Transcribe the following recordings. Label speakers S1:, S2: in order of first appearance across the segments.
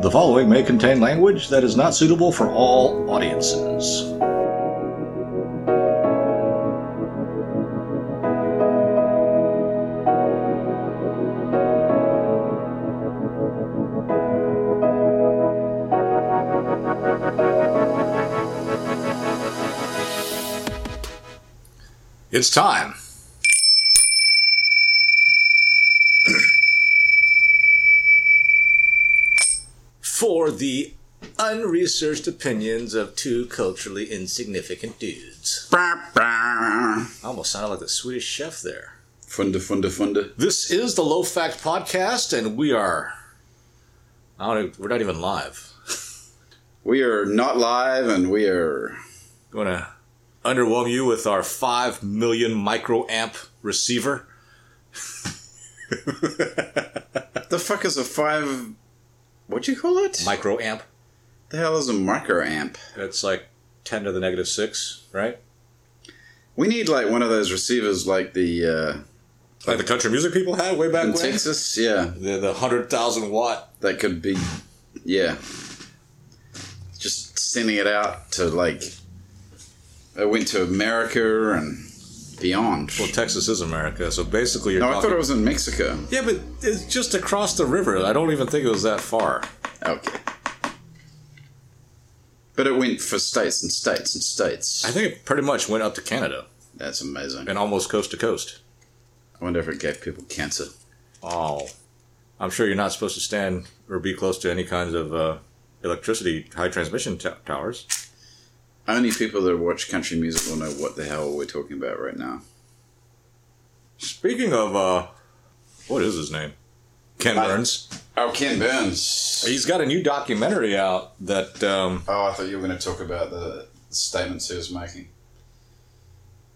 S1: The following may contain language that is not suitable for all audiences. It's time. for the unresearched opinions of two culturally insignificant dudes. I almost sounded like the Swedish chef there.
S2: Funda, funda, funda.
S1: This is the Low Fact Podcast, and we are. I don't, even- we're not even live.
S2: We are not live, and we are.
S1: Going to underwhelm you with our 5 million microamp receiver.
S2: What the fuck is a five? What'd you call it?
S1: Microamp.
S2: the hell is a microamp?
S1: That's like 10 to the negative 6, right?
S2: We need like one of those receivers, like the uh,
S1: Like the country music people had way back
S2: in
S1: when.
S2: Texas. Yeah,
S1: The, the 100,000 watt
S2: that could be. Yeah, just sending it out to like. I went to America and beyond.
S1: Well, Texas is America, so basically you're
S2: No, I
S1: talking.
S2: thought it was in Mexico.
S1: yeah, but it's just across the river. I don't even think it was that far.
S2: Okay. But it went for states and states and states.
S1: I think it pretty much went up to Canada
S2: That's amazing.
S1: and almost coast to coast.
S2: I wonder if it gave people cancer.
S1: Oh, I'm sure you're not supposed to stand or be close to any kinds of uh, electricity high transmission t- towers.
S2: Only people that watch country music will know what the hell we're talking about right now.
S1: Speaking of, uh, what is his name? Ken
S2: Uh,
S1: Burns.
S2: Oh, Ken Burns.
S1: He's got a new documentary out that um,
S2: Oh, I thought you were going to talk about the statements he was making.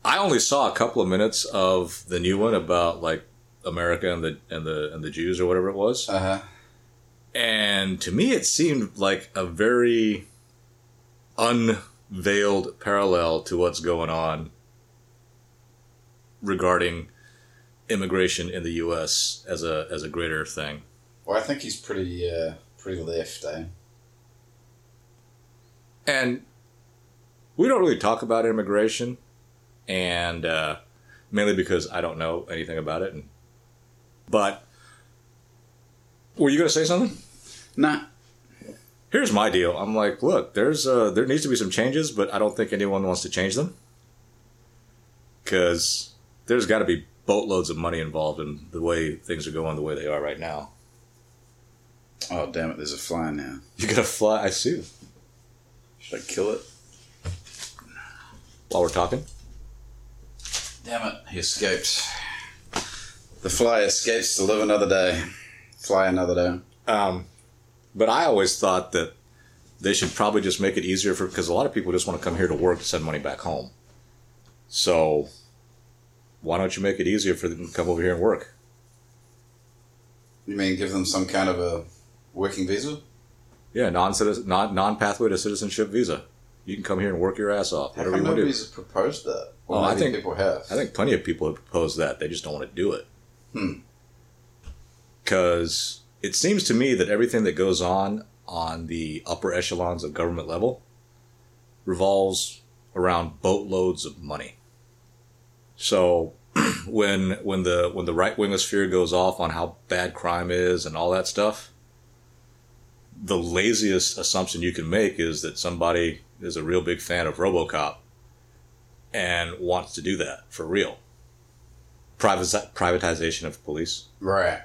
S1: I only saw a couple of minutes of the new one about like America and the and the and the Jews or whatever it was.
S2: Uh huh.
S1: And to me, it seemed like a very unveiled parallel to what's going on regarding immigration in the U.S. as a as a greater thing.
S2: Well, I think he's pretty, uh, pretty left, eh?
S1: And we don't really talk about immigration, and uh, mainly because I don't know anything about it. And, but were you going to say something?
S2: Nah.
S1: here's my deal. I'm like, look, there's uh, there needs to be some changes, but I don't think anyone wants to change them because there's got to be boatloads of money involved in the way things are going the way they are right now.
S2: Oh, damn it, there's a fly now.
S1: You gotta fly. I see.
S2: Should I kill it?
S1: While we're talking,
S2: Damn it, he escaped. The fly escapes to live another day. Fly another day.
S1: um, but I always thought that they should probably just make it easier for because a lot of people just want to come here to work to send money back home. So why don't you make it easier for them to come over here and work?
S2: You mean give them some kind of a working visa?
S1: Yeah, non citizen, non non pathway to citizenship visa. You can come here and work your ass off.
S2: How
S1: Whatever
S2: come
S1: you want to do.
S2: nobody's proposed that? Well,
S1: Oh, I
S2: maybe
S1: think-
S2: people have.
S1: I think plenty of people have proposed that. They just don't want to do it.
S2: Hmm.
S1: Because it seems to me that everything that goes on on the upper echelons of government level revolves around boatloads of money. So when when the when the right wingosphere goes off on how bad crime is and all that stuff, the laziest assumption you can make is that somebody is a real big fan of RoboCop and wants to do that for real. Privatiz- privatization of police.
S2: Right.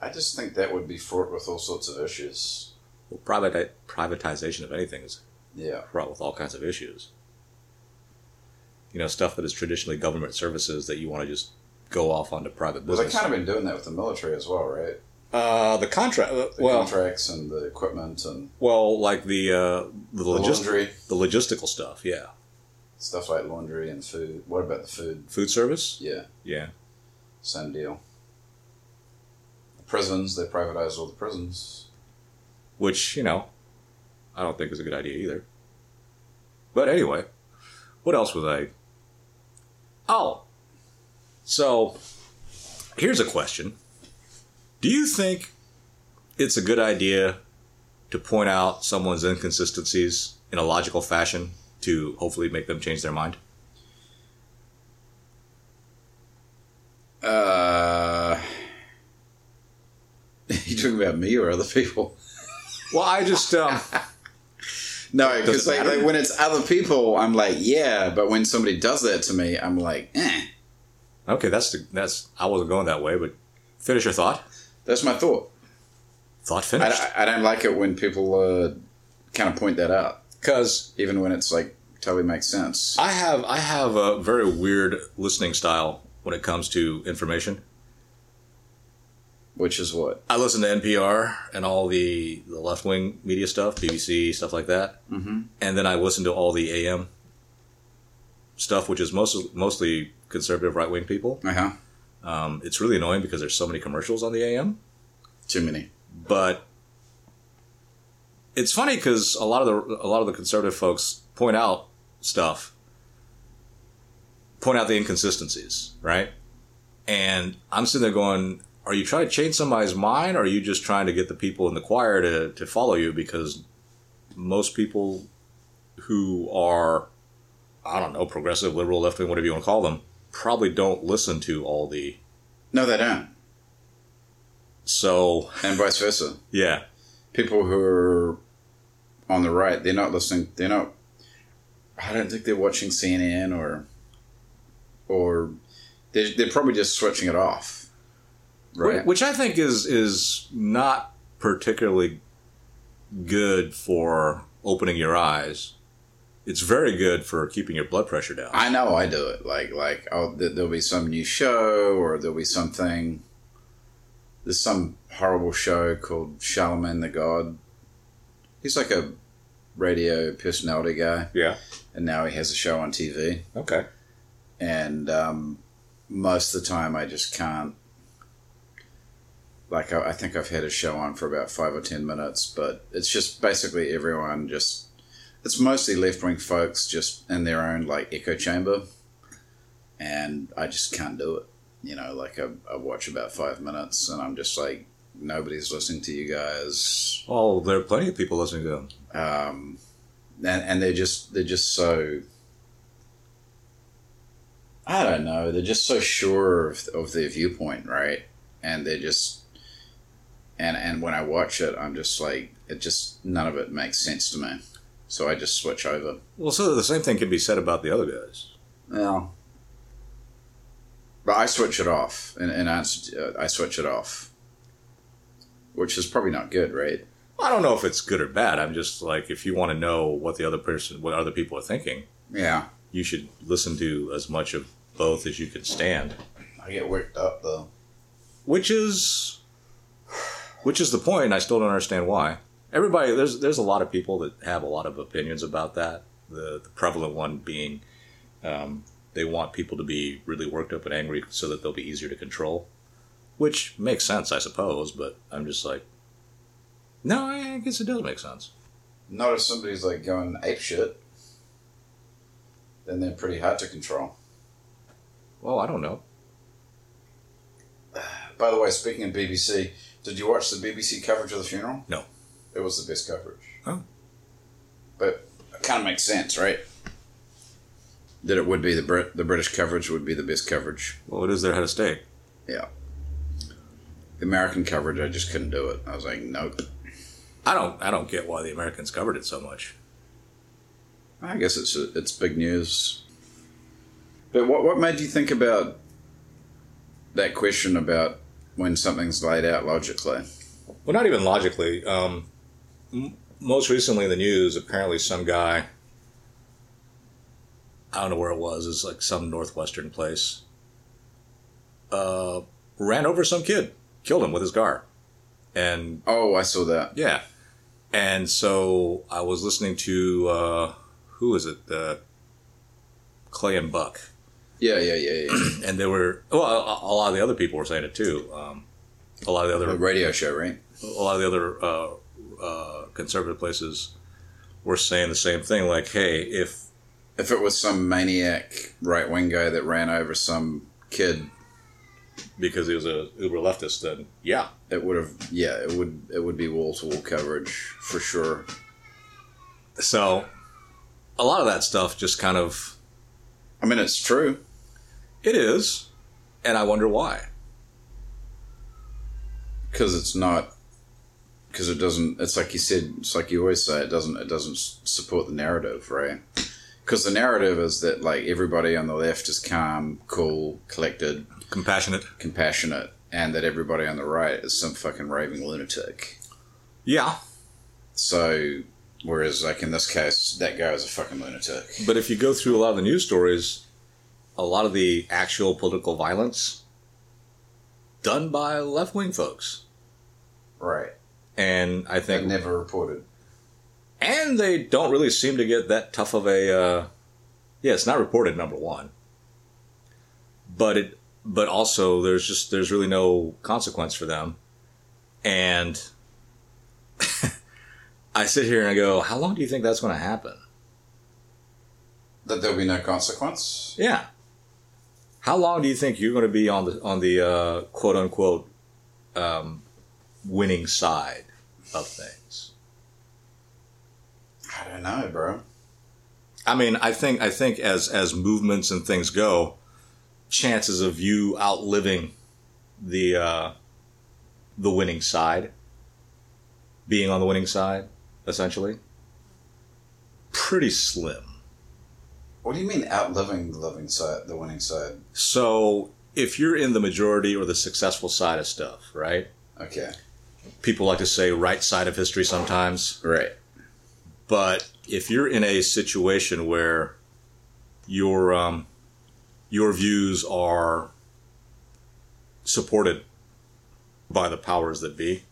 S2: I just think that would be fraught with all sorts of issues.
S1: Well, privati- privatization of anything is
S2: Yeah.
S1: fraught with all kinds of issues. You know, stuff that is traditionally government services that you want to just go off onto private
S2: Well, they've
S1: business.
S2: kind of been doing that with the military as well, right?
S1: uh, the contract. uh,
S2: The
S1: well,
S2: contracts and the equipment and
S1: well, like the uh, the,
S2: the
S1: logis-
S2: laundry,
S1: the logistical stuff. Yeah,
S2: stuff like laundry and food. What about the food?
S1: food service.
S2: Yeah,
S1: Yeah,
S2: same deal. The prisons, they privatized all the prisons.
S1: which you know, I don't think is a good idea either. But anyway, what else was I? Oh, so here's a question: Do you think it's a good idea to point out someone's inconsistencies in a logical fashion to hopefully make them change their mind.
S2: Uh, you talking about me or other people?
S1: Well, I just um,
S2: No, because
S1: it
S2: like,
S1: matter?
S2: like when it's other people, I'm like, yeah. But when somebody does that to me, I'm like, eh.
S1: okay, that's the, that's I wasn't going that way, but finish your thought.
S2: That's my thought.
S1: Thought
S2: I,
S1: finished.
S2: I- I don't like it when people uh, kind of point that out,
S1: Because
S2: even when it's like totally makes sense.
S1: I have I have a very weird listening style when it comes to information.
S2: Which is what
S1: I listen to NPR and all the, the left wing media stuff, BBC stuff like that, mm-hmm. and then I listen to all the AM stuff, which is mostly mostly conservative right wing people.
S2: uh huh.
S1: Um, it's really annoying because there's so many commercials on the AM,
S2: Too many.
S1: but it's funny because a lot of the a lot of the conservative folks point out stuff, point out the inconsistencies, right? And I'm sitting there going, "Are you trying to change somebody's mind, or are you just trying to get the people in the choir to to follow you?" Because most people who are, I don't know, progressive, liberal, left wing, whatever you want to call them, probably don't listen to all the
S2: No, they don't,
S1: so
S2: and vice versa.
S1: yeah
S2: People who are on the right, they're not listening. They're not. I don't think they're watching CNN or, or they're, they're probably just switching it off. Right.
S1: Wh- Which I think is is not particularly good for opening your eyes. It's very good for keeping your blood pressure down.
S2: I know I do it. Like like oh, th- there'll be some new show or there'll be something. There's some horrible show called Charlemagne the God. He's like a radio personality guy,
S1: yeah.
S2: and now he has a show on TV.
S1: Okay.
S2: And um, most of the time, I just can't. Like I, I think I've had a show on for about five or ten minutes, but it's just basically everyone just. It's mostly left wing folks just in their own like echo chamber, and I just can't do it. You know, like I, I watch about five minutes, and I'm just like, nobody's listening to you guys
S1: Oh, there are plenty of people listening to them.
S2: um, and, and they're just they're just so I don't know they're just so sure of, of their viewpoint right and they're just and and when I watch it I'm just like it just none of it makes sense to me so I just switch over
S1: Well, so the same thing can be said about the other guys.
S2: yeah but I switch it off and, and answer, uh, I switch it off which is probably not good right
S1: I don't know if it's good or bad. I'm just like, if you want to know what the other person, what other people are thinking,
S2: yeah
S1: you should listen to as much of both as you can stand.
S2: I get worked up though
S1: which is which is the point and i still don't understand why everybody there's there's a lot of people that have a lot of opinions about that the, the prevalent one being um, they want people to be really worked up and angry so that they'll be easier to control which makes sense i suppose but i'm just like no i guess it does make sense
S2: Not if somebody's like going ape shit, then they're pretty hard to control.
S1: well i don't know
S2: By the way, speaking of BBC, did you watch the BBC coverage of the funeral?
S1: No.
S2: It was the best coverage.
S1: Oh.
S2: But it kind of makes sense, right? That it would be the Brit- the British coverage would be the best coverage.
S1: well it is their head of state
S2: The American coverage, I just couldn't do it. I was like, nope.
S1: i don't i don't get why the americans covered it so much
S2: I guess it's it's big news. But what what made you think about that question about when something's laid out logically?
S1: Well, not even logically. Um, m- most recently in the news, apparently some guy, I don't know where it was, it's like some northwestern place, uh, ran over some kid, killed him with his car. And
S2: Oh, I saw that.
S1: yeah. And so I was listening to, uh, who is it? The Clay and Buck.
S2: Yeah, yeah, yeah, yeah.
S1: And they were, well, a, a lot of the other people were saying it too. Um, a lot of the other
S2: the radio show, right?
S1: a lot of the other uh, uh, conservative places were saying the same thing. Like, hey, if
S2: If it was some maniac right wing guy that ran over some kid,
S1: because he was a uber leftist, then yeah,
S2: It would have, yeah, it would it would be wall to wall coverage for sure.
S1: So a lot of that stuff just kind of
S2: I mean, it's true.
S1: it is, and I wonder why.
S2: because it's not because it doesn't it's like you said it's like you always say it doesn't it doesn't s- support the narrative right because the narrative is that like everybody on the left is calm cool collected
S1: Compassionate.
S2: compassionate and that everybody on the right is some fucking raving lunatic
S1: Yeah,
S2: so whereas like in this case that guy is a fucking lunatic
S1: but if you go through a lot of the news stories, a lot of the actual political violence done by left wing folks,
S2: right
S1: and I
S2: they
S1: think
S2: never reported
S1: and they don't really seem to get that tough of a uh, yeah it's not reported number one but it but also there's just there's really no consequence for them and i sit here and i go how long do you think that's going to happen
S2: that there'll be no consequence
S1: yeah how long do you think you're going to be on the on the uh, quote unquote um, winning side of things
S2: i don't know bro
S1: I mean, I think I think as as movements and things go, chances of you outliving the uh, the winning side, being on the winning side, essentially, pretty slim.
S2: what do you mean outliving the living side the winning side
S1: So if you're in the majority or the successful side of stuff, right?
S2: okay
S1: People like to say right side of history sometimes.
S2: right
S1: but if you're in a situation where your um, your views are supported by the powers that be,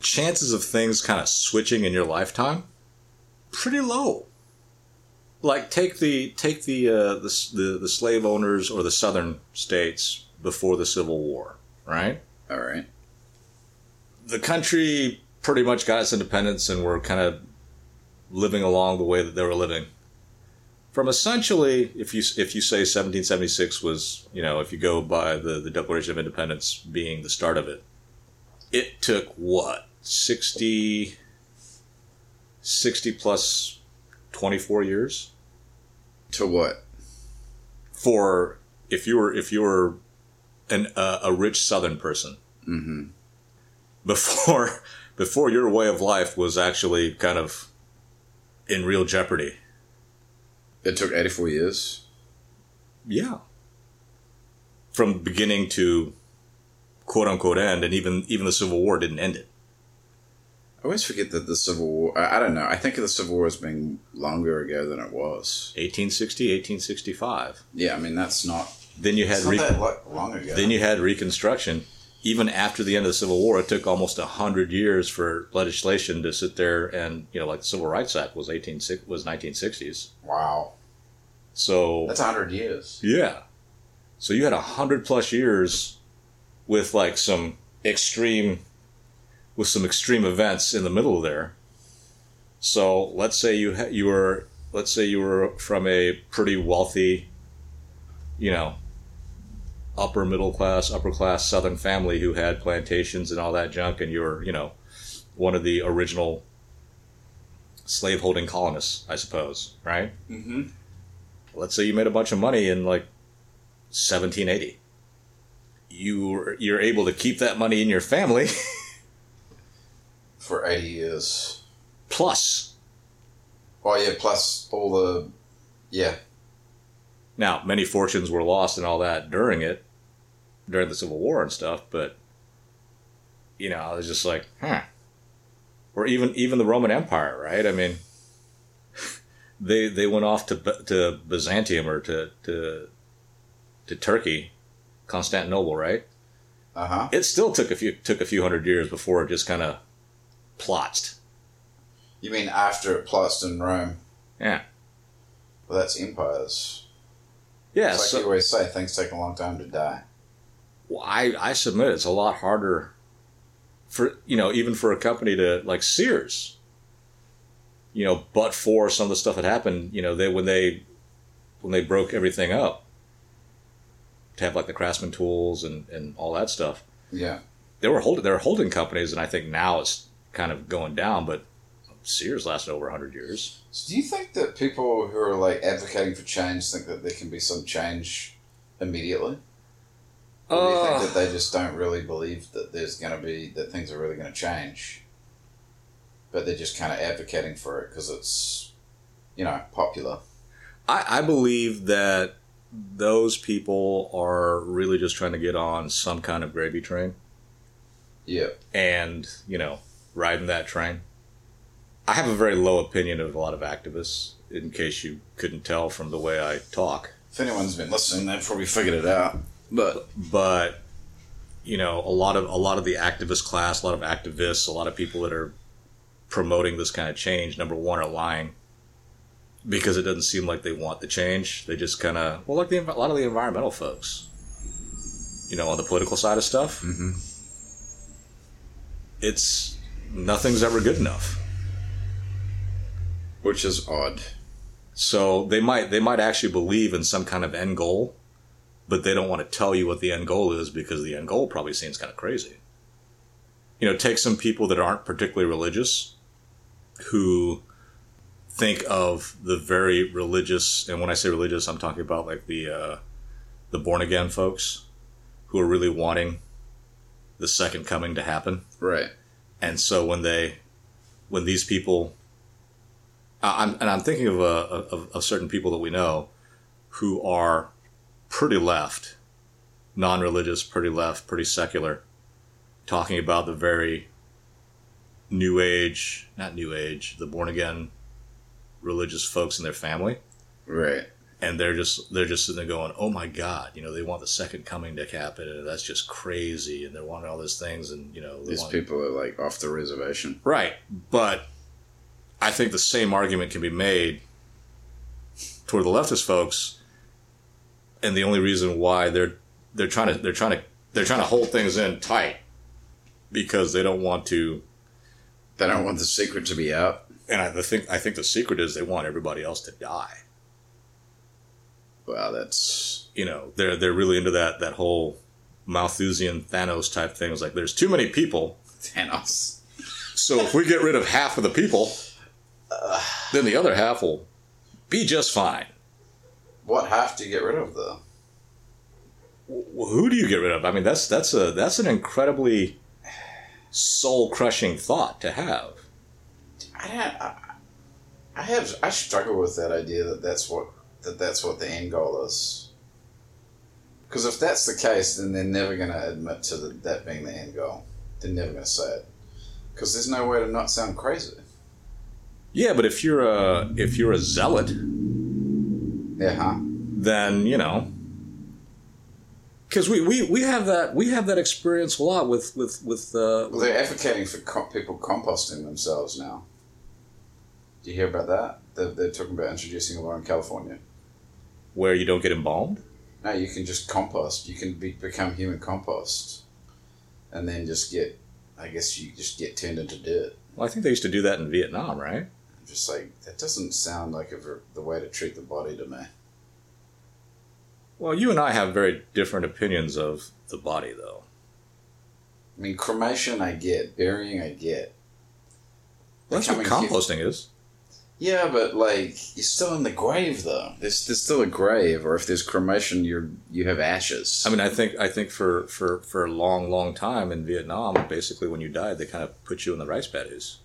S1: chances of things kind of switching in your lifetime pretty low. Like take the take the uh, the, s- the the slave owners or the southern states before the Civil War, right?
S2: all right
S1: the country pretty much got its independence and were kind of living along the way that they were living. From essentially, if you if you say 1776 was, you know, if you go by the, the Declaration of Independence being the start of it, it took what 60, 60 plus 24 years
S2: to what
S1: for if you were if you were an uh, a rich Southern person
S2: mm-hmm
S1: before before your way of life was actually kind of in real jeopardy.
S2: It took 84 years.
S1: Yeah. From beginning to quote unquote end, and even even the Civil War didn't end it.
S2: I always forget that the Civil War, I, I don't know, I think of the Civil War as being longer ago than it was.
S1: 1860, 1865.
S2: Yeah, I mean, that's not,
S1: Then you had
S2: it's not
S1: re-
S2: that lo- long ago.
S1: then you had Reconstruction. Even after the end of the Civil War, it took almost hundred years for legislation to sit there and you know, like the Civil Rights Act was eighteen six was nineteen sixties.
S2: wow.
S1: So
S2: That's 100 years.
S1: Yeah. So you had a hundred plus years with like some extreme with some extreme events in the middle there. So let's say you ha- you were let's say you were from a pretty wealthy, you know, upper middle class, upper class Southern family who had plantations and all that junk, and you were you know one of the original slaveholding colonists, I suppose, right?
S2: Mm-hmm.
S1: let's say you made a bunch of money in like 1780 you were- you're able to keep that money in your family
S2: For 80 years.
S1: plus
S2: Oh, yeah, plus all the, yeah,
S1: now many fortunes were lost and all that during it during the civil war and stuff but you know i was just like huh or even even the roman empire right i mean they they went off to B- to byzantium or to to to turkey constantinople right
S2: uh huh.
S1: it still took a few took a few hundred years before it just kind of plotzed.
S2: You mean after it plots in Rome?
S1: Yeah,
S2: Well, that's empires.
S1: yeah.
S2: it's like
S1: so
S2: you always say, things take a long time to die.
S1: well, I I submit it's a lot harder for you know even for a company to like Sears. You know, but for some of the stuff that happened, you know, they when they when they broke everything up, to have like the craftsman tools and, and all that stuff.
S2: Yeah.
S1: They were holding they were holding companies, and I think now it's kind of going down. But Sears lasted over hundred years.
S2: So do you think that people who are like advocating for change think that there can be some change immediately? Or do you
S1: Uh,
S2: think that they just don't really believe that there's going to be that things are really going to change? But they're just kind of advocating for it because it's, you know, popular.
S1: I, I believe that those people are really just trying to get on some kind of gravy train
S2: Yeah.
S1: and, you know, riding that train. I have a very low opinion of a lot of activists, in case you couldn't tell from the way I talk.
S2: If anyone's been listening, they've probably figured it out. But
S1: But you know, a lot of a lot of the activist class, a lot of activists, a lot of people that are promoting this kind of change, number one, are lying because it doesn't seem like they want the change. They just kind of well, like the, env- a lot of the environmental folks, you know, on the political side of stuff. Mm-hmm. It's nothing's ever good enough.
S2: which is odd.
S1: So they might they might actually believe in some kind of end goal, but they don't want to tell you what the end goal is because the end goal probably seems kind of crazy. You know, take some people that aren't particularly religious who think of the very religious and when I say religious I'm talking about like the uh, the born again folks who are really wanting the second coming to happen.
S2: Right.
S1: And so when they, when these people, I- I'm, and I'm thinking of, uh, of of certain people that we know, who are pretty left, non-religious, pretty left, pretty secular, talking about the very new age, not new age, the born again, religious folks in their family,
S2: Right.
S1: and they're just they're just sitting there going, oh my god, you know, they want the second coming to happen, and that's just crazy, and they're wanting all these things, and you know, they
S2: These
S1: want-
S2: people are like off the reservation.
S1: Right, but I think the same argument can be made toward the leftist folks, and the only reason why they're they're trying to they're trying to they're trying to hold things in tight because they don't want to.
S2: They don't want the secret to be out.
S1: And I think I think the secret is they want everybody else to die.
S2: Wow, that's
S1: You know, they're they're really into that that whole Malthusian Thanos type thing. It's like there's too many people,
S2: Thanos.
S1: so if we get rid of half of the people, then the other half will be just fine.
S2: What half do you get rid of though?
S1: Well, who do you get rid of? I mean, that's that's a that's an incredibly soul crushing thought to have.
S2: I don't. I, I have. I struggle with that idea that that's what that that's what the end goal is. Because if that's the case, then they're never going to admit to the, that being the end goal. They're never going to say it. Because there's no way to not sound crazy.
S1: Yeah, but if you're a if you're a zealot,
S2: Yeah, huh?
S1: then you know, because we, we we have that we have that experience a lot with with with uh,
S2: Well, they're advocating for co- people composting themselves now. Do you hear about that? They're, they're talking about introducing a law in California.
S1: where you don't get embalmed.
S2: No, you can just compost. You can be, become human compost, and then just get. I guess you just get turned into dirt.
S1: Well, I think they used to do that in Vietnam, right?
S2: I'm just like that doesn't sound like a, ver- the way to treat the body to me.
S1: Well, you and I have very different opinions of the body, though.
S2: I mean, cremation I get, burying I get.
S1: Well, that's what
S2: Becoming hu-
S1: composting is.
S2: yeah, but like you're still in the grave though. There's there's still a grave, or if there's cremation, you're you have ashes.
S1: I mean, I think I think for for for a long, long time in Vietnam, basically when you died, they kind of put you in the rice paddies,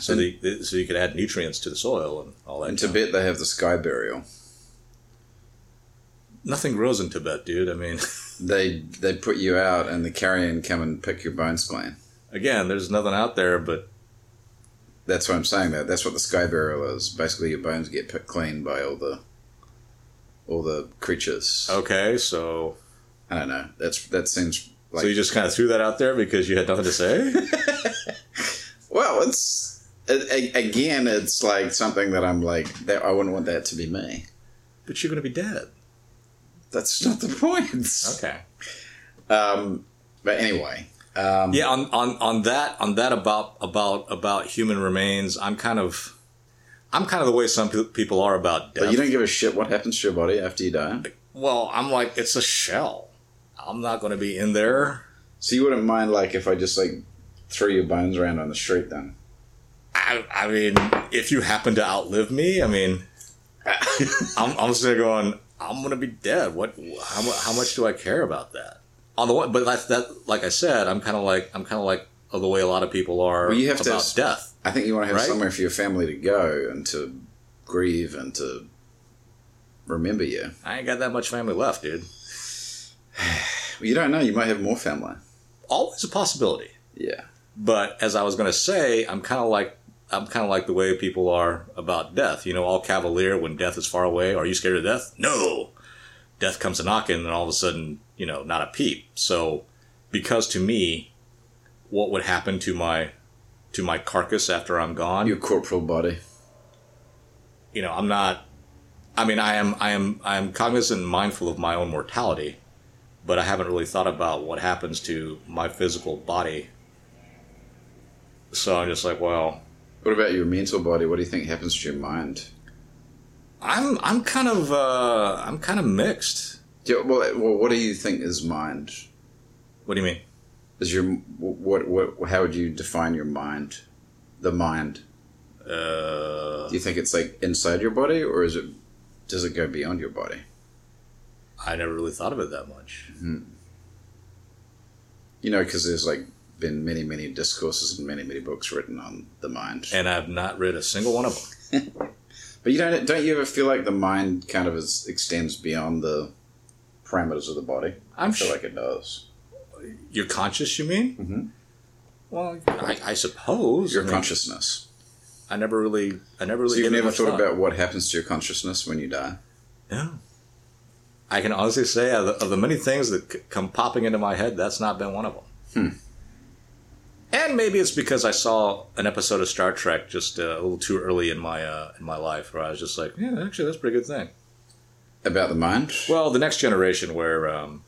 S1: so the, the so you could add nutrients to the soil and all that.
S2: in
S1: junk.
S2: Tibet they have the sky burial.
S1: nothing grows in Tibet, dude. I mean,
S2: They they put you out, and the carrion come and pick your bone spleen.
S1: again, there's nothing out there, but
S2: That's what I'm saying. That that's what the sky burial is. Basically, your bones get picked clean by all the all the creatures.
S1: okay. So
S2: I don't know. That's that seems like
S1: so you just kind of threw that out there because you had nothing to say.
S2: Well, it's a- a- again, it's like something that I'm like that. I wouldn't want that to be me.
S1: but you're gonna be dead.
S2: That's not the point.
S1: Okay.
S2: Um, but anyway, um,
S1: Yeah. On on on that on that about about about human remains, I'm kind of. I'm kind of the way some pe- people are about death.
S2: but you don't give a shit what happens to your body after you die.
S1: Well, I'm like, it's a shell. I'm not going to be in there.
S2: So you wouldn't mind like if I just like threw your bones around on the street then?
S1: I, I mean, if you happen to outlive me, I mean, I'm, I'm still going. I'm gonna be dead. What? How, mu- how much do I care about that? On the one, but that's that. Like I said, I'm kind of like I'm kind of like of the way a lot of people are
S2: Well, you have to
S1: about
S2: s-
S1: death.
S2: I think you want to have
S1: Right?
S2: somewhere for your family to go and to grieve and to remember you.
S1: I ain't got that much family left, dude.
S2: Well, you don't know. You might have more family.
S1: Always a possibility.
S2: Yeah.
S1: But as I was gonna say, I'm kind of like I'm kind of like the way people are about death. You know, all cavalier when death is far away. Are you scared of death? No. Death comes a knocking, and all of a sudden, you know, not a peep. So, because to me, what would happen to my to my carcass after I'm gone?
S2: Your corporal body.
S1: you know, I'm not. I mean, I am, I am, I am cognizant and mindful of my own mortality, but I haven't really thought about what happens to my physical body. So I'm just like, well,
S2: What about your mental body? What do you think happens to your mind?
S1: I'm, I'm kind of, uh, I'm kind of mixed.
S2: Yeah, well, well, what do you think is mind?
S1: What do you mean?
S2: Is your what, what? How would you define your mind? The mind.
S1: Uh,
S2: Do you think it's like inside your body, or is it? Does it go beyond your body?
S1: I never really thought of it that much.
S2: You know, because there's like been many, many discourses and many, many books written on the mind.
S1: And I've not read a single one of them.
S2: But you don't don't you ever feel like the mind kind of is, extends beyond the parameters of the body?
S1: I'm
S2: I feel
S1: sure.
S2: like it does.
S1: You're conscious, you mean?
S2: Mhm.
S1: Well, I, I suppose.
S2: Your
S1: I mean,
S2: consciousness.
S1: I never really, I never really.
S2: So
S1: gave
S2: you've
S1: it
S2: never
S1: much
S2: thought
S1: thought.
S2: about what happens to your consciousness when you die.
S1: No. I can honestly say of the, of the many things that c- come popping into my head, that's not been one of them.
S2: Hmm.
S1: And maybe it's because I saw an episode of Star Trek just uh, a little too early in my uh, in my life, where I was just like, yeah, actually, that's a pretty good thing.
S2: About the mind.
S1: Well, the next generation, where um,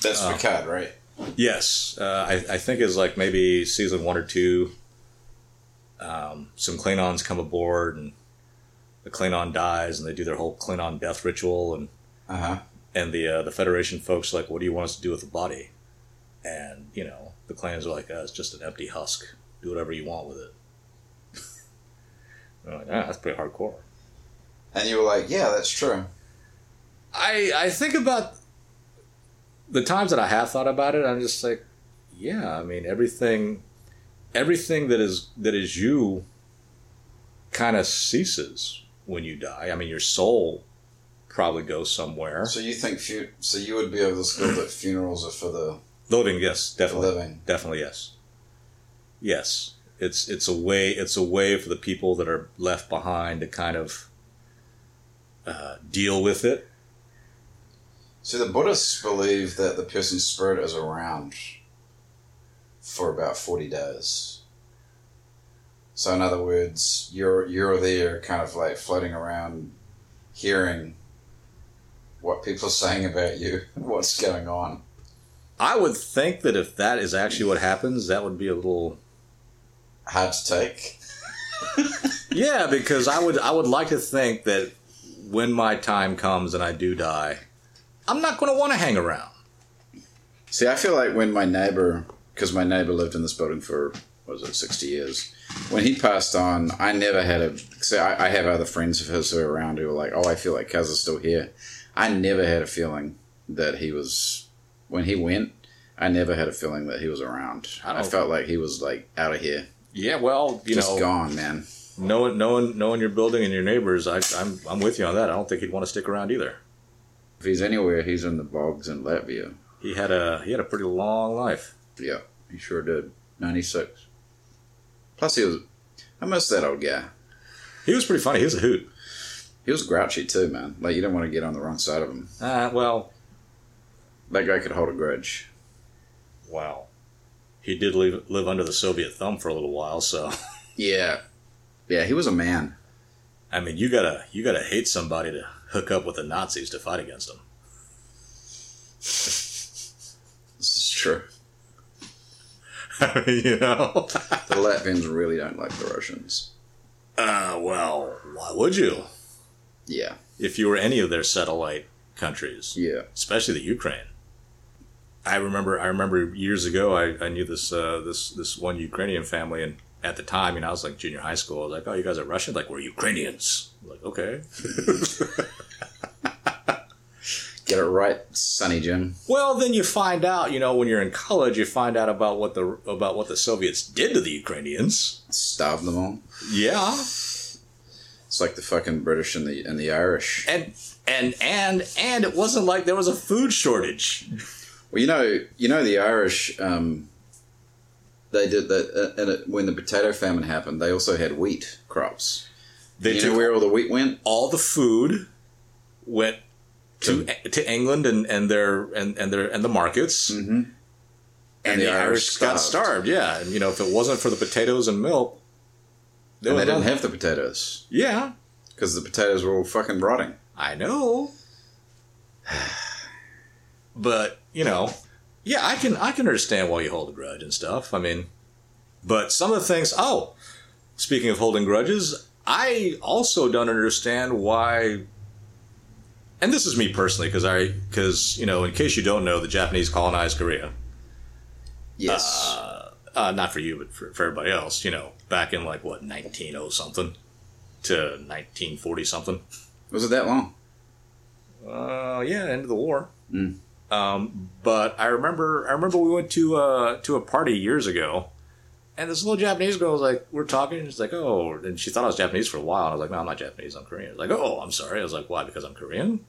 S2: That's Picard, right?
S1: yes, uh, I, I think is like maybe season one or two. Um, some Klingons come aboard, and the Klingon dies, and they do their whole Klingon death ritual, and
S2: Uh huh.
S1: and the uh, the Federation folks like, what do you want us to do with the body? And you know, the clans are like, uh, it's just an empty husk. Do whatever you want with it. I'm like, ah, that's pretty hardcore.
S2: And you were like, yeah, that's true.
S1: I I think about the times that I have thought about it. I'm just like, yeah. I mean, everything, everything that is that is you, kind of ceases when you die. I mean, your soul probably goes somewhere.
S2: So you think, fu- so you would be of the school that funerals are for the
S1: Loading, yes, definitely.
S2: living.
S1: Definitely yes. Yes. It's it's a way it's a way for the people that are left behind to kind of uh, deal with it.
S2: So the Buddhists believe that the person's spirit is around for about 40 days. So in other words, you're you're there kind of like floating around hearing what people are saying about you, what's going on.
S1: I would think that if that is actually what happens, that would be a little
S2: Hard to take.
S1: yeah, because I would I would like to think that when my time comes and I do die, I'm not going to want to hang around.
S2: See, I feel like when my neighbor, because my neighbor lived in this building for what was it, sixty years, when he passed on, I never had a. So I, I have other friends of his who are around who are like, "Oh, I feel like Cuz is still here." I never had a feeling that he was when he went. I never had a feeling that he was around.
S1: I
S2: I,
S1: don't-
S2: felt like he was like out of here,
S1: Yeah, well, Oh. you
S2: just
S1: know,
S2: gone, man.
S1: knowing knowing knowing your building and your neighbors, I, I'm I'm with you on that. I don't think he'd want to stick around either.
S2: If he's anywhere, he's in the bogs in Latvia.
S1: He had a he had a pretty long life.
S2: Yeah, he sure did. Ninety six. Plus, he was. I miss that old guy.
S1: He was pretty funny. He was a hoot.
S2: He was grouchy too, man. Like you didn't want to get on the wrong side of him.
S1: Uh, well,
S2: That guy could hold a grudge.
S1: wow. He did live, live under the Soviet thumb for a little while, so
S2: Yeah, yeah. He was a man.
S1: I mean, you gotta you gotta hate somebody to hook up with the Nazis to fight against them.
S2: This is true.
S1: I mean, you know.
S2: The Latvians really don't like the Russians.
S1: Uh, well, why would you?
S2: Yeah,
S1: If you were any of their satellite countries,
S2: Yeah.
S1: especially the Ukraine. I remember, I remember years ago, I, I knew this uh, this this one Ukrainian family, and at the time, you know, I was like junior high school. I was like, "Oh, you guys are Russian? Like, we're Ukrainians." I'm like, okay.
S2: Get it right, Sonny Jim.
S1: Well, then you find out, you know, when you're in college, you find out about what the about what the Soviets did to the Ukrainians.
S2: Starve them all.
S1: Yeah,
S2: It's like the fucking British and the and the Irish.
S1: and and and and it wasn't like there was a food shortage.
S2: Well, you know, you know the Irish. Um, they did that, uh, and it, when the potato famine happened, they also had wheat crops.
S1: They
S2: you
S1: took
S2: know where all the wheat went?
S1: all the food went to E, to England and, and their and, and their and the markets. Mm-hmm. And,
S2: And
S1: the,
S2: the
S1: Irish
S2: Irish
S1: got starved. Yeah, and you know if it wasn't for the potatoes and milk, they
S2: And
S1: would
S2: they didn't
S1: not-
S2: have the potatoes
S1: Yeah,
S2: because the potatoes were all fucking rotting.
S1: I know. But you know, yeah, I can I can understand why you hold a grudge and stuff. I mean, but some of the things. Oh, speaking of holding grudges, I also don't understand why. And this is me personally, because I because you know, in case you don't know, the Japanese colonized Korea.
S2: Yes,
S1: Uh, not for you, but for, for everybody else. You know, back in like what nineteen oh something to nineteen forty something.
S2: was it that long?
S1: uh, yeah, end of the war. Um, but I remember, I remember we went to uh, to a party years ago, and this little Japanese girl was like, "We're talking." and She's like, "Oh," and she thought I was Japanese for a while. And I was like, "No, I'm not Japanese. I'm Korean." I was like, "Oh, I'm sorry." I was like, "Why? Because I'm Korean."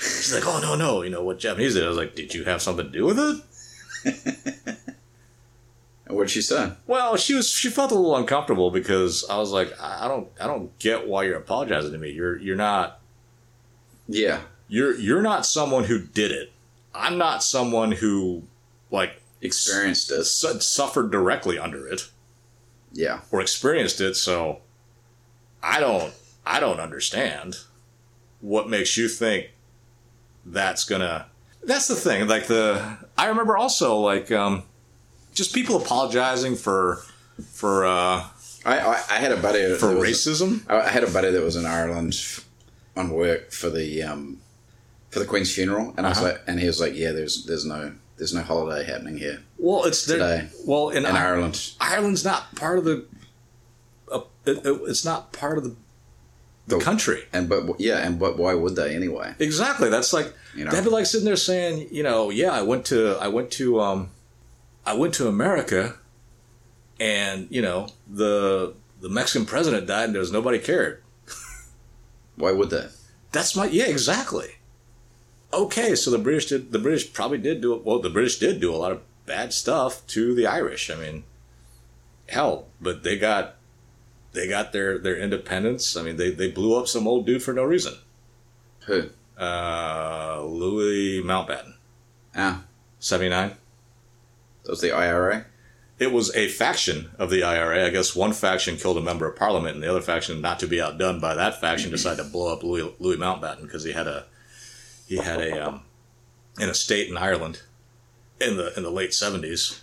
S1: She's like, "Oh no, no, you know what Japanese is?" I was like, "Did you have something to do with it?"
S2: And what'd she say?
S1: Well, she was she felt a little uncomfortable because I was like, "I I don't, I don't get why you're apologizing to me. You're you're not
S2: Yeah,
S1: you're you're not someone who did it. I'm not someone who like
S2: experienced this.
S1: su- suffered directly under it
S2: Yeah,
S1: or experienced it. So I don't I don't understand what makes you think that's gonna. That's the thing. Like the I remember also like um, just people apologizing for for uh,
S2: I I, I had a buddy that
S1: for
S2: was-
S1: racism.
S2: I I had a buddy that was in Ireland f- on work for the um, for the Queen's funeral, and I was
S1: Uh-huh.
S2: like, and he was like, yeah, there's there's no there's no holiday happening here
S1: Well, it's there.
S2: Today.
S1: Well, in,
S2: in
S1: Ireland.
S2: Ireland.
S1: Ireland's not part of the. Uh, it, it- it's not part of the, the
S2: The-
S1: country.
S2: And but yeah, and but why would they anyway?
S1: Exactly. That's like
S2: You know?
S1: that'd be like sitting there saying, you know, yeah, I went to I went to um, I went to America, and you know the the Mexican president died, and there was nobody cared.
S2: Why would they?
S1: That's my yeah, exactly. Okay, so the British did the British probably did do well. The British did do a lot of bad stuff to the Irish. I mean, hell, but they got they got their their independence. I mean, they they blew up some old dude for no reason.
S2: Who?
S1: Uh, Louis Mountbatten,
S2: Ah,
S1: seventy nine.
S2: that was the IRA.
S1: it was a faction of the IRA. I guess one faction killed a member of parliament, and the other faction, not to be outdone by that faction, decided to blow up Louis, Louis Mountbatten because he had a he had a um, an estate in Ireland in the in the late seventies.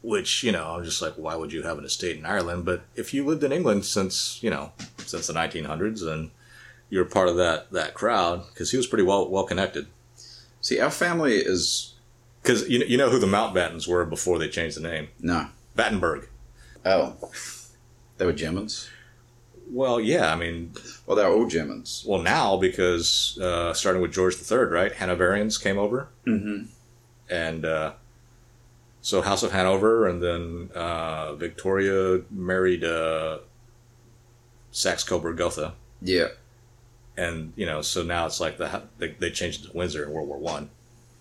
S1: Which you know, I'm just like, why would you have an estate in Ireland? But if you lived in England since you know since the 1900s, and you're part of that that crowd, because he was pretty well well connected.
S2: See, our family is
S1: Because you you know who the Mountbattens were before they changed the name,
S2: no.
S1: Battenberg.
S2: Oh, they were Germans.
S1: Well, yeah, I mean,
S2: Well, they're all Germans.
S1: Well, now because uh, starting with George III, right? Hanoverians came over,
S2: Mm-hmm.
S1: and uh, so House of Hanover, and then uh, Victoria married uh, Saxe Coburg Gotha,
S2: Yeah,
S1: and you know, so now it's like the they, they changed it to Windsor in World War One.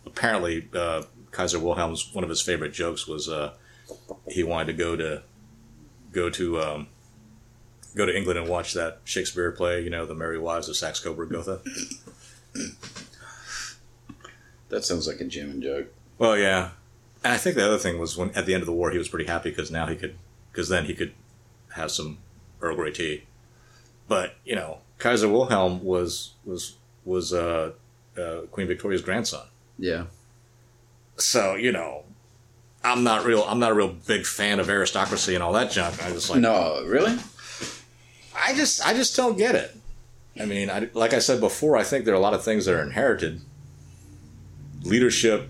S1: Apparently, uh, Kaiser Wilhelm's one of his favorite jokes was uh, he wanted to go to go to um, go to England and watch that Shakespeare play, you know, the Merry Wives of Saxe Coburg Gotha.
S2: that sounds like a German joke.
S1: Well, yeah, and I think the other thing was when at the end of the war he was pretty happy because now he could, because then he could have some Earl Grey tea. But you know, Kaiser Wilhelm was was was uh, uh, Queen Victoria's grandson,
S2: Yeah,
S1: so you know, I'm not real. I'm not a real big fan of aristocracy and all that junk. I just like
S2: no, really.
S1: I just I just don't get it. I mean, I, like I said before, I think there are a lot of things that are inherited. Leadership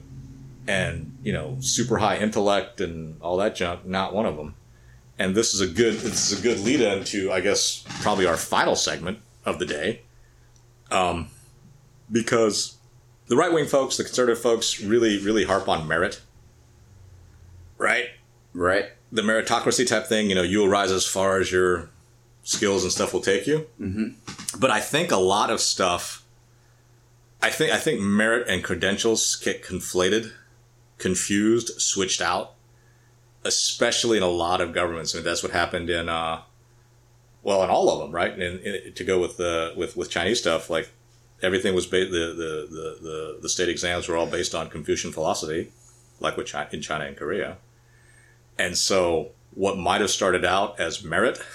S1: and, you know, super high intellect and all that junk, not one of them. And this is a good this is a good lead in to, I guess, probably our final segment of the day. Um, because the right wing folks, the conservative folks, really, really harp on merit. Right?
S2: Right?
S1: The meritocracy type thing, you know, you'll rise as far as your skills and stuff will take you. Mm-hmm. But I think a lot of stuff, I think I think merit and credentials get conflated, confused, switched out, especially in a lot of governments. I mean, that's what happened in, uh, well, in all of them, right? And, and to go with the with with Chinese stuff, like everything was based the, the the the the state exams were all based on Confucian philosophy, like with China, in China and Korea, and so what might have started out as merit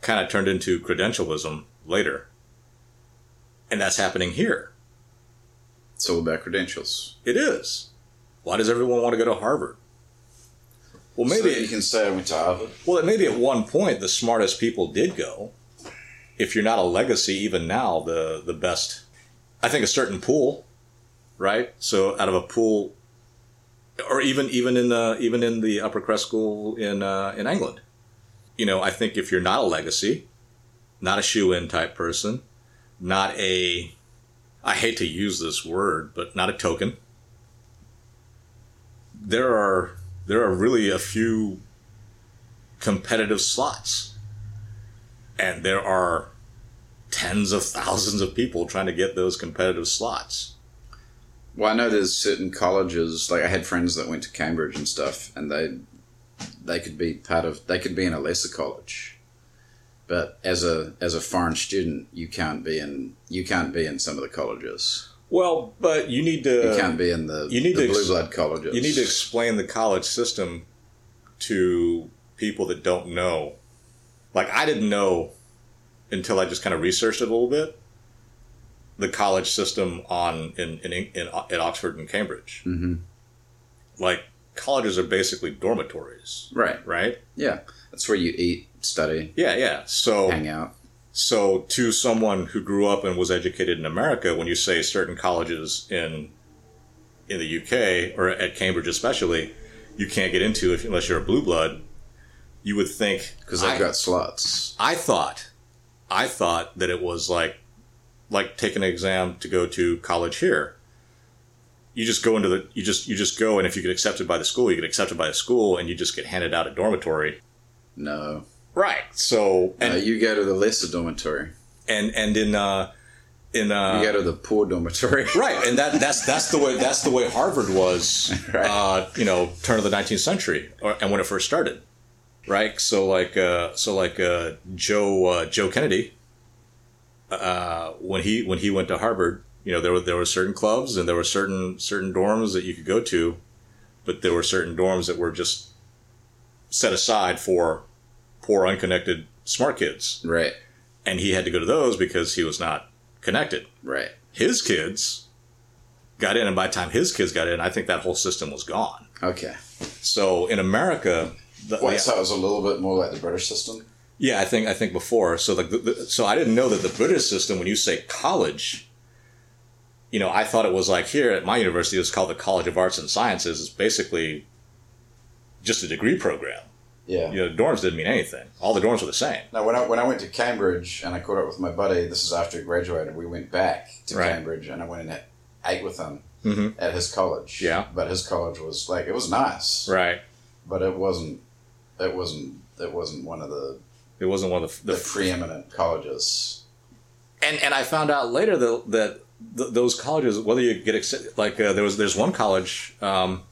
S1: kind of turned into credentialism later. And that's happening here.
S2: It's all about credentials.
S1: It is. Why does everyone want to go to Harvard? Well, maybe
S2: so you can say I went to Harvard.
S1: well, maybe at one point the smartest people did go. If you're not a legacy, even now the the best, I think a certain pool, right? So out of a pool, or even even in the even in the upper crest school in uh, in England, you know, I think if you're not a legacy, not a shoe in type person, not a, I hate to use this word, but not a token, there are there are really a few competitive slots, and there are tens of thousands of people trying to get those competitive slots.
S2: Well, I know there's certain colleges. Like I had friends that went to Cambridge and stuff, and they they could be part of they could be in a lesser college, but as a as a foreign student, you can't be in you can't be in some of the colleges.
S1: Well, but you need
S2: You
S1: to
S2: can't be in the
S1: Uh, you need
S2: the
S1: to
S2: blue
S1: ex-
S2: blood colleges.
S1: You need to explain the college system to people that don't know. Like I didn't know until I just kind of researched it a little bit. The college system on in in, in at Oxford and Cambridge,
S2: hmm
S1: like colleges are basically dormitories,
S2: right.
S1: right?
S2: Yeah, that's where you eat, study,
S1: Yeah, yeah. So
S2: hang out.
S1: So, to someone who grew up and was educated in America, when you say certain colleges in in the UK or at Cambridge especially, you can't get into if, unless you're a blue blood, you would think
S2: because
S1: I-
S2: they've got slots.
S1: I thought, I thought that it was like, like taking an exam to go to college here. You just go into the, you just, you just go, and if you get accepted by the school, you get accepted by the school, and you just get handed out a dormitory.
S2: No,
S1: Right. So,
S2: no,
S1: and
S2: you go to the lesser dormitory.
S1: and and in uh, in uh,
S2: You go to the poor dormitory.
S1: right and that that's that's the way that's the way harvard was
S2: Right.
S1: uh, you know turn of the 19th century or, and when it first started right so like uh, so like uh, joe uh, joe kennedy uh, when he when he went to harvard you know there were there were certain clubs and there were certain certain dorms that you could go to but there were certain dorms that were just set aside for poor unconnected smart kids
S2: right,
S1: and he had to go to those because he was not connected
S2: right.
S1: his kids got in, and by the time his kids got in, I think that whole system was gone.
S2: Okay.
S1: So in America, the,
S2: Wait,
S1: yeah,
S2: so it was a little bit more like the British system.
S1: yeah, I think I think before. So the, the, so I didn't know that the British system, when you say college, you know, I thought it was like here at my university, it's called the College of Arts and Sciences. It's basically just a degree program.
S2: Yeah.
S1: You know, the dorms didn't mean anything. All the dorms were the same.
S2: No, when I when I went to Cambridge and I caught up with my buddy, this is after he graduated. We went back to
S1: Right.
S2: Cambridge and I went and ate with him
S1: Mhm.
S2: at his college.
S1: Yeah.
S2: but his college was like it was nice,
S1: Right.
S2: but it wasn't. It wasn't. It wasn't one of the
S1: It wasn't one of the,
S2: the,
S1: the
S2: preeminent colleges.
S1: and and I found out later though that th- those colleges, whether you get accepted, like uh, there was there's one college um,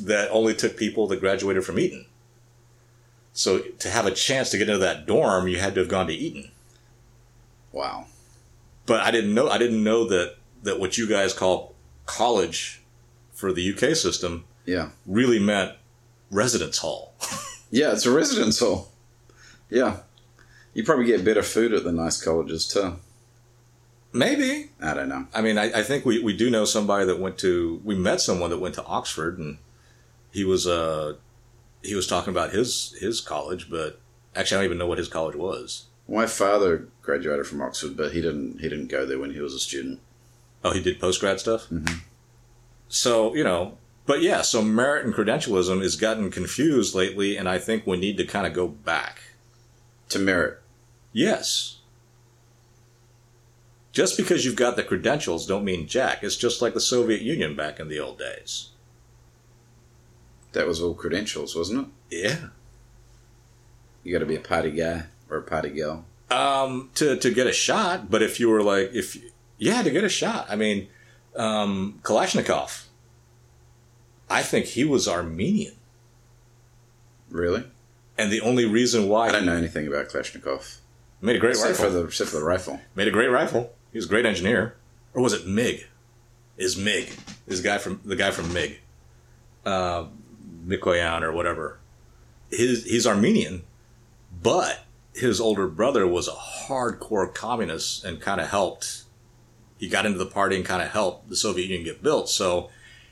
S1: that only took people that graduated from Eton. So to have a chance to get into that dorm, you had to have gone to Eton.
S2: Wow.
S1: But I didn't know I didn't know that that what you guys call college for the UK system
S2: Yeah.
S1: really meant residence hall.
S2: Yeah, it's a residence hall. Yeah. You probably get better food at the nice colleges too.
S1: Maybe
S2: I don't know.
S1: I mean, I, I think we, we do know somebody that went to we met someone that went to Oxford and he was uh he was talking about his his college, but actually I don't even know what his college was.
S2: My father graduated from Oxford, but he didn't. He didn't go there when he was a student.
S1: Oh, he did post grad stuff?
S2: Mhm.
S1: So, you know, but yeah, so merit and credentialism has gotten confused lately, and I think we need to kind of go back.
S2: To merit,
S1: Yes. Just because you've got the credentials don't mean jack. It's just like the Soviet Union back in the old days.
S2: that was all credentials, wasn't it?
S1: Yeah.
S2: You got to be a party guy or a party girl.
S1: Um, to, to get a shot, but if you were like, if, yeah, to get a shot. I mean, um, Kalashnikov, I think he was Armenian.
S2: Really?
S1: And the only reason why
S2: I don't
S1: he
S2: know anything about Kalashnikov
S1: made a great
S2: except
S1: rifle.
S2: for the except for the rifle.
S1: Made a great rifle. He was a great engineer. Or was it MiG? Is MiG this guy from the guy from MiG, uh, Mikoyan or whatever? His he's Armenian, but his older brother was a hardcore communist and kind of helped. He got into the party and kind of helped the Soviet Union get built. So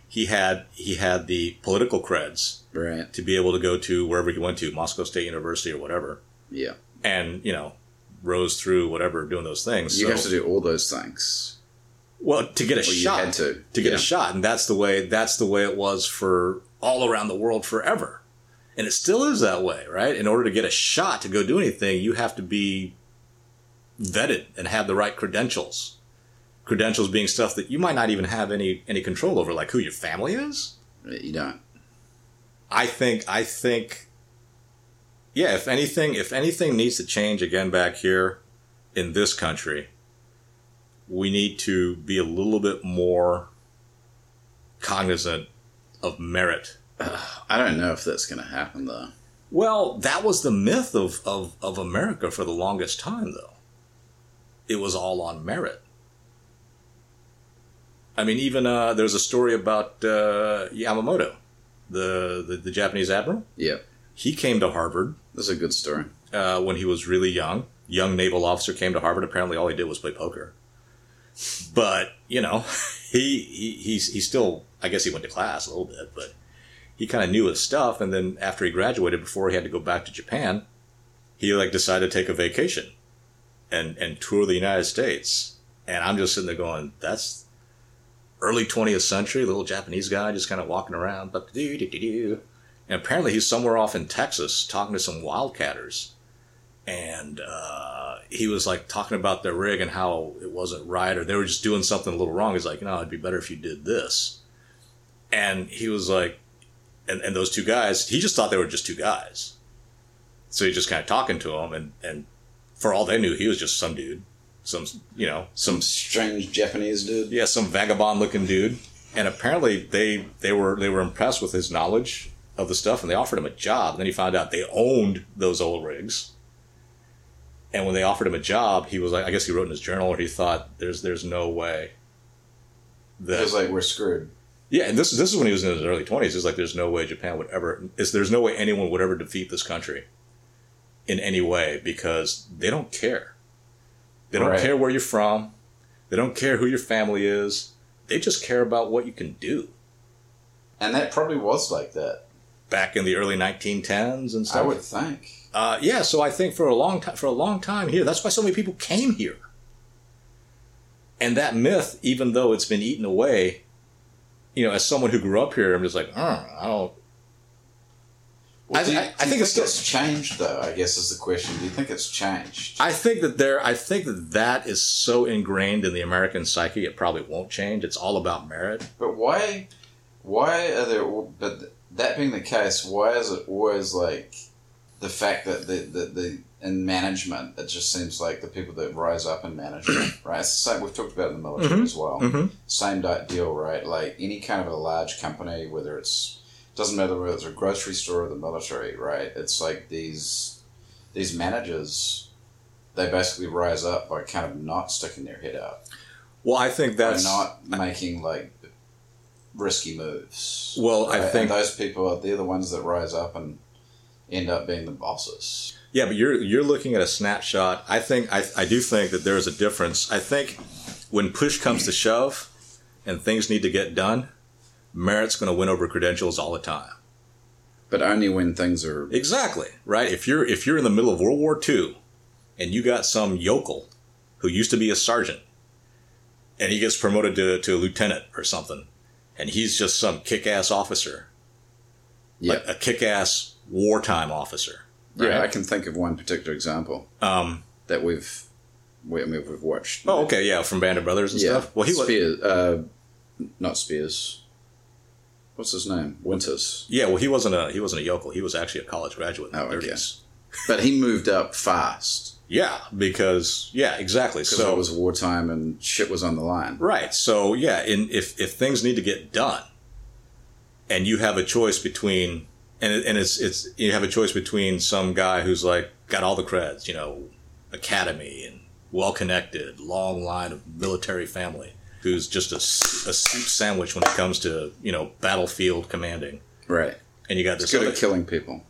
S1: he had he had the political creds
S2: Right.
S1: to be able to go to wherever he went to, Moscow State University or whatever,
S2: Yeah.
S1: and you know rose through whatever doing those things.
S2: You
S1: So-
S2: have to do all those things.
S1: well, to get a
S2: Well, you
S1: shot,
S2: had to.
S1: get a
S2: Yeah.
S1: shot, and that's the way that's the way it was for all around the world forever, and it still is that way, right? In order to get a shot to go do anything, you have to be vetted and have the right credentials. Credentials being stuff that you might not even have any any control over, like who your family is.
S2: You don't.
S1: I think I think yeah, if anything if anything needs to change again back here in this country, we need to be a little bit more cognizant of merit.
S2: I don't know if that's going to happen though.
S1: Well, that was the myth of, of, of America for the longest time though. It was all on merit. I mean, even uh, there's a story about uh, Yamamoto, the, the the Japanese admiral.
S2: Yeah.
S1: He came to Harvard
S2: That's a good story.
S1: uh, when he was really young. Young naval officer came to Harvard. Apparently, all he did was play poker. But you know, he he he's, he still I guess he went to class a little bit, but he kind of knew his stuff. And then after he graduated, before he had to go back to Japan, he like decided to take a vacation and and tour the United States. And I'm just sitting there going, that's early 20th century little Japanese guy just kind of walking around. but And apparently he's somewhere off in Texas talking to some wildcatters and uh, he was like talking about their rig and how it wasn't right or they were just doing something a little wrong. He's like, no, it'd be better if you did this. And he was like, and, and those two guys, he just thought they were just two guys. So he just kind of talking to them, and, and for all they knew, he was just some dude, some you know, some
S2: Some strange Japanese dude.
S1: yeah, some vagabond looking dude. And apparently they they were they were impressed with his knowledge of the stuff and they offered him a job. And then he found out they owned those old rigs. And when they offered him a job, he was like I guess he wrote in his journal or he thought there's there's no way
S2: It was
S1: that
S2: like we're screwed.
S1: Yeah, and this this is when he was in his early twenties. It's like there's no way Japan would ever it's, there's no way anyone would ever defeat this country in any way because they don't care. They don't
S2: Right.
S1: care where you're from. They don't care who your family is. They just care about what you can do.
S2: And that probably was like that.
S1: Back in the early 1910s and
S2: I
S1: stuff.
S2: would think.
S1: Uh, yeah, so I think for a long time, for a long time here, that's why so many people came here. And that myth, even though it's been eaten away, you know, as someone who grew up here, I'm just like, "Uh, I don't. I-
S2: do you-
S1: I- I
S2: do you
S1: think it's still-
S2: it's changed though. I guess is the question. Do you think it's changed?
S1: I think that there, I think that that is so ingrained in the American psyche, it probably won't change. It's all about merit.
S2: But why? Why are there? But that being the case, why is it always like the fact that the the, the in management, it just seems like the people that rise up in management, right? It's the same. We've talked about it in the military
S1: Mhm.
S2: as well. Same di- deal, right? Like any kind of a large company, whether it's doesn't matter whether it's a grocery store or the military, right? It's like these these managers, they basically rise up by kind of not sticking their head out
S1: Well, I think that's
S2: by not making like risky moves.
S1: Well, I
S2: Right?
S1: think
S2: and those people are they're the ones that rise up and end up being the bosses.
S1: yeah, but you're you're looking at a snapshot. I think I I do think that there is a difference. I think when push comes to shove and things need to get done, merit's going to win over credentials all the time.
S2: But only when things are
S1: Exactly right. If you're if you're in the middle of World War II and you got some yokel who used to be a sergeant and he gets promoted to, to a lieutenant or something and he's just some kick-ass officer
S2: Yeah.
S1: like a kick-ass wartime officer
S2: yeah,
S1: right?
S2: I can think of one particular example
S1: um
S2: that we've we, I mean, we've watched.
S1: oh okay yeah from band of brothers and
S2: yeah.
S1: stuff well he was
S2: Spears, uh, not Spears. What's his name? Winters.
S1: yeah well he wasn't a he wasn't a yokel he was actually a college graduate in
S2: Oh,
S1: the
S2: okay.
S1: 30s
S2: But he moved up fast
S1: yeah because yeah exactly
S2: because
S1: so
S2: it was wartime and shit was on the line.
S1: Right. So yeah, in, if if things need to get done, and you have a choice between, and it- and it's it's you have a choice between some guy who's like got all the creds, you know, academy and well connected, long line of military family, who's just a, s- a soup sandwich when it comes to you know battlefield commanding,
S2: Right.
S1: and you got
S2: He's
S1: this
S2: good
S1: other
S2: at killing people.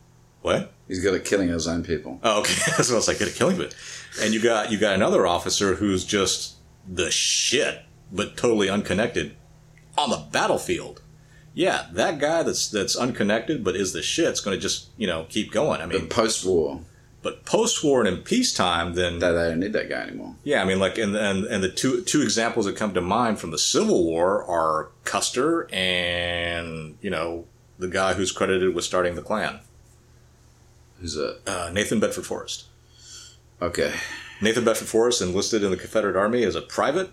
S1: what.
S2: He's good at killing his own people.
S1: Oh, okay. That's what I was like. Get a killing bit. And you got you got another officer who's just the shit, but totally unconnected on the battlefield. Yeah, that guy that's that's unconnected but is the shit's going to just you know keep going. I
S2: The
S1: mean,
S2: post-war,
S1: but post war and in peacetime, then
S2: they don't need that guy anymore.
S1: yeah, I mean, like and and and the two two examples that come to mind from the Civil War are Custer and you know the guy who's credited with starting the Klan,
S2: Who's it?
S1: uh, Nathan Bedford Forrest.
S2: Okay.
S1: Nathan Bedford Forrest enlisted in the Confederate Army as a private.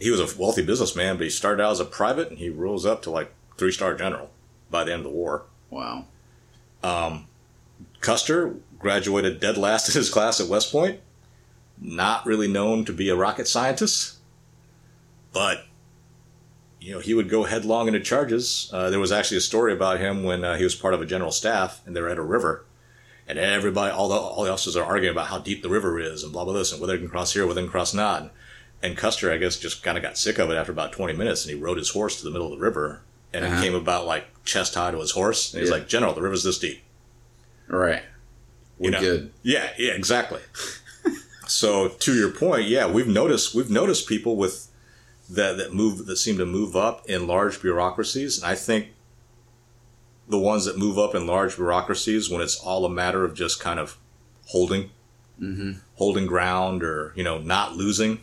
S1: He was a wealthy businessman, but he started out as a private and he rose up to like three star general by the end of the war.
S2: Wow.
S1: Custer graduated dead last in his class at West Point, not really known to be a rocket scientist, but you know he would go headlong into charges. Uh, there was actually a story about him when uh, he was part of a general staff and they were at a river, and everybody, all the all the officers are arguing about how deep the river is and blah blah this and whether they can cross here, whether they can cross not. And, and Custer, I guess, just kind of got sick of it after about twenty minutes, and he rode his horse to the middle of the river, and
S2: Uh-huh.
S1: it came about like chest high to his horse, and he's
S2: Yeah.
S1: like, "General, the river's this deep."
S2: Right. We're
S1: You know.
S2: good.
S1: Yeah, yeah, exactly. so to your point, yeah, we've noticed we've noticed people with that that move that seem to move up in large bureaucracies, and I think the ones that move up in large bureaucracies when it's all a matter of just kind of holding
S2: Mm-hmm.
S1: holding ground or you know not losing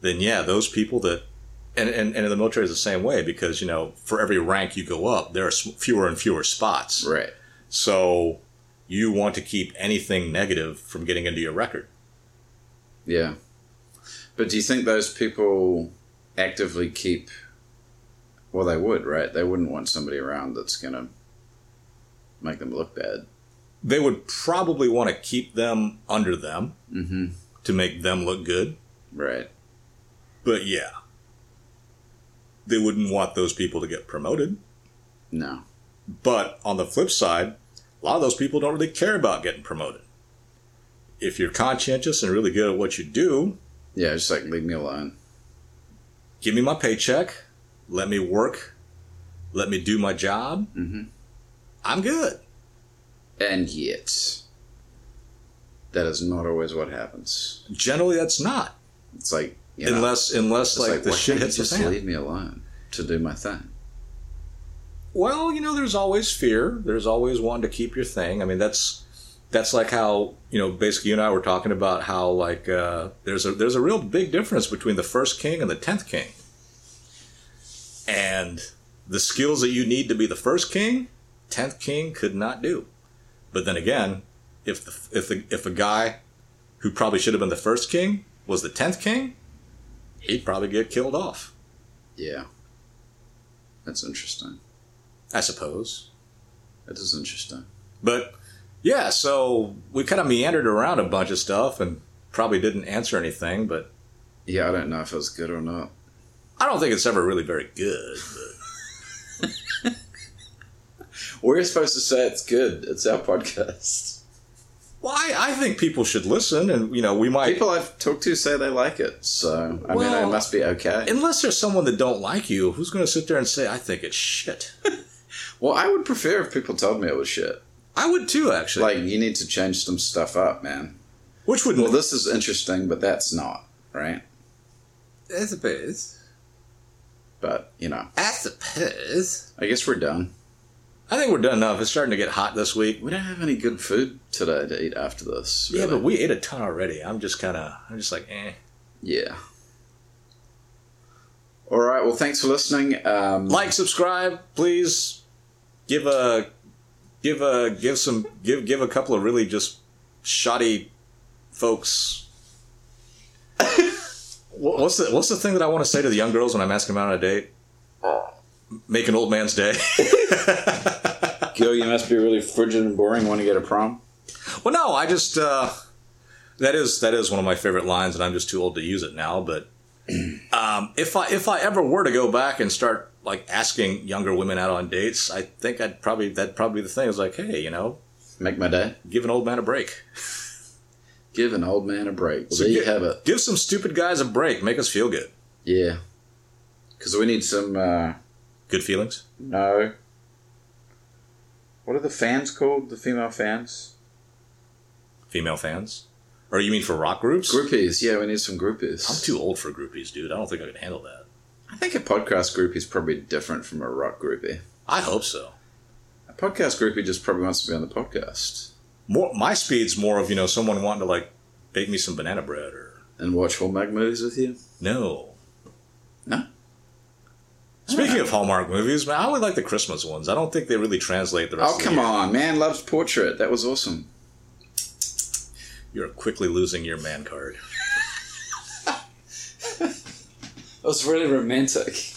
S1: then yeah those people that and, and, and in the military is the same way because you know for every rank you go up there are s- fewer and fewer spots
S2: Right.
S1: so you want to keep anything negative from getting into your record.
S2: Yeah. But do you think those people actively keep? Well, they would, right? They wouldn't want somebody around that's going to make them look bad.
S1: They would probably want to keep them under them
S2: Mm-hmm.
S1: to make them look good.
S2: Right.
S1: But yeah, they wouldn't want those people to get promoted.
S2: No.
S1: But on the flip side, a lot of those people don't really care about getting promoted. If you're conscientious and really good at what you do,
S2: Yeah, just like leave me alone.
S1: give me my paycheck, let me work, let me do my job,
S2: Mm-hmm.
S1: I'm good.
S2: And yet, that is not always what happens.
S1: Generally, that's not.
S2: It's like you know,
S1: unless, unless
S2: it's
S1: like, the
S2: why
S1: shit
S2: can't you
S1: hits the
S2: just
S1: fan.
S2: leave me alone to do my thing.
S1: Well, you know, there's always fear. There's always wanting to keep your thing. I mean, that's that's like how you know, basically, you and I were talking about how like uh, there's a there's a real big difference between the first king and the tenth king, and the skills that you need to be the first king, tenth king could not do. But then again, if the if the if a guy who probably should have been the first king was the tenth king, he'd probably get killed off.
S2: Yeah, that's interesting.
S1: I suppose.
S2: That is interesting.
S1: But yeah, so we kind of meandered around a bunch of stuff and probably didn't answer anything. But
S2: Yeah, I don't know if it was good or not.
S1: I don't think it's ever really very good.
S2: We're supposed to say it's good. It's our podcast.
S1: Well, I, I think people should listen, and you know, we might
S2: People I've talked to say they like it, so I mean,
S1: Well-
S2: it must be okay.
S1: unless there's someone that don't like you, who's going to sit there and say I think it's shit?
S2: well, I would prefer if people told me it was shit.
S1: I would too, actually.
S2: Like, you need to change some stuff up, man.
S1: Which would
S2: Well, this is interesting, but that's not right.
S1: that's a piss.
S2: But you know,
S1: That's a piss.
S2: I guess we're done.
S1: I think we're done enough. It's starting to get hot this week.
S2: We don't have any good food today to eat after this.
S1: Yeah,
S2: really.
S1: but we ate a ton already. I'm just kind of, I'm just like, eh.
S2: yeah. All right. Well, thanks for listening. Um,
S1: Like, subscribe, please. Give a, give a, give some, give give a couple of really just shoddy folks. What- what's the What's the thing that I want to say to the young girls when I'm asking them out on a date? Make an old man's day.
S2: Gil, you must be really frigid and boring when you go to prom.
S1: Well, no, I just uh, that is that is one of my favorite lines, and I'm just too old to use it now. But um, if I if I ever were to go back and start like asking younger women out on dates, I think I'd probably that'd probably be the thing. It's like, hey, you know,
S2: Make my day.
S1: give an old man a break.
S2: Give an old man a break. Well, there you
S1: give,
S2: have it.
S1: Give some stupid guys a break. Make us feel good.
S2: Yeah. Because we need some. Uh,
S1: Good feelings.
S2: no. What are the fans called? The female fans?
S1: Female fans. Or you mean for rock groups?
S2: Groupies. Yeah, we need some groupies.
S1: I'm too old for groupies, dude. I don't think I can handle that.
S2: I think a podcast groupie is probably different from a rock groupie.
S1: I hope so.
S2: A podcast groupie just probably wants to be on the podcast
S1: More my speed's more of you know someone wanting to like bake me some banana bread or
S2: and watch Hallmark movies with you.
S1: No.
S2: No?
S1: Speaking of Hallmark movies, man, I would like the Christmas ones. I don't think they really translate the rest
S2: Oh,
S1: of the
S2: come
S1: year.
S2: on. Man Loves Portrait. That was awesome.
S1: You're quickly losing your man card.
S2: It was really romantic.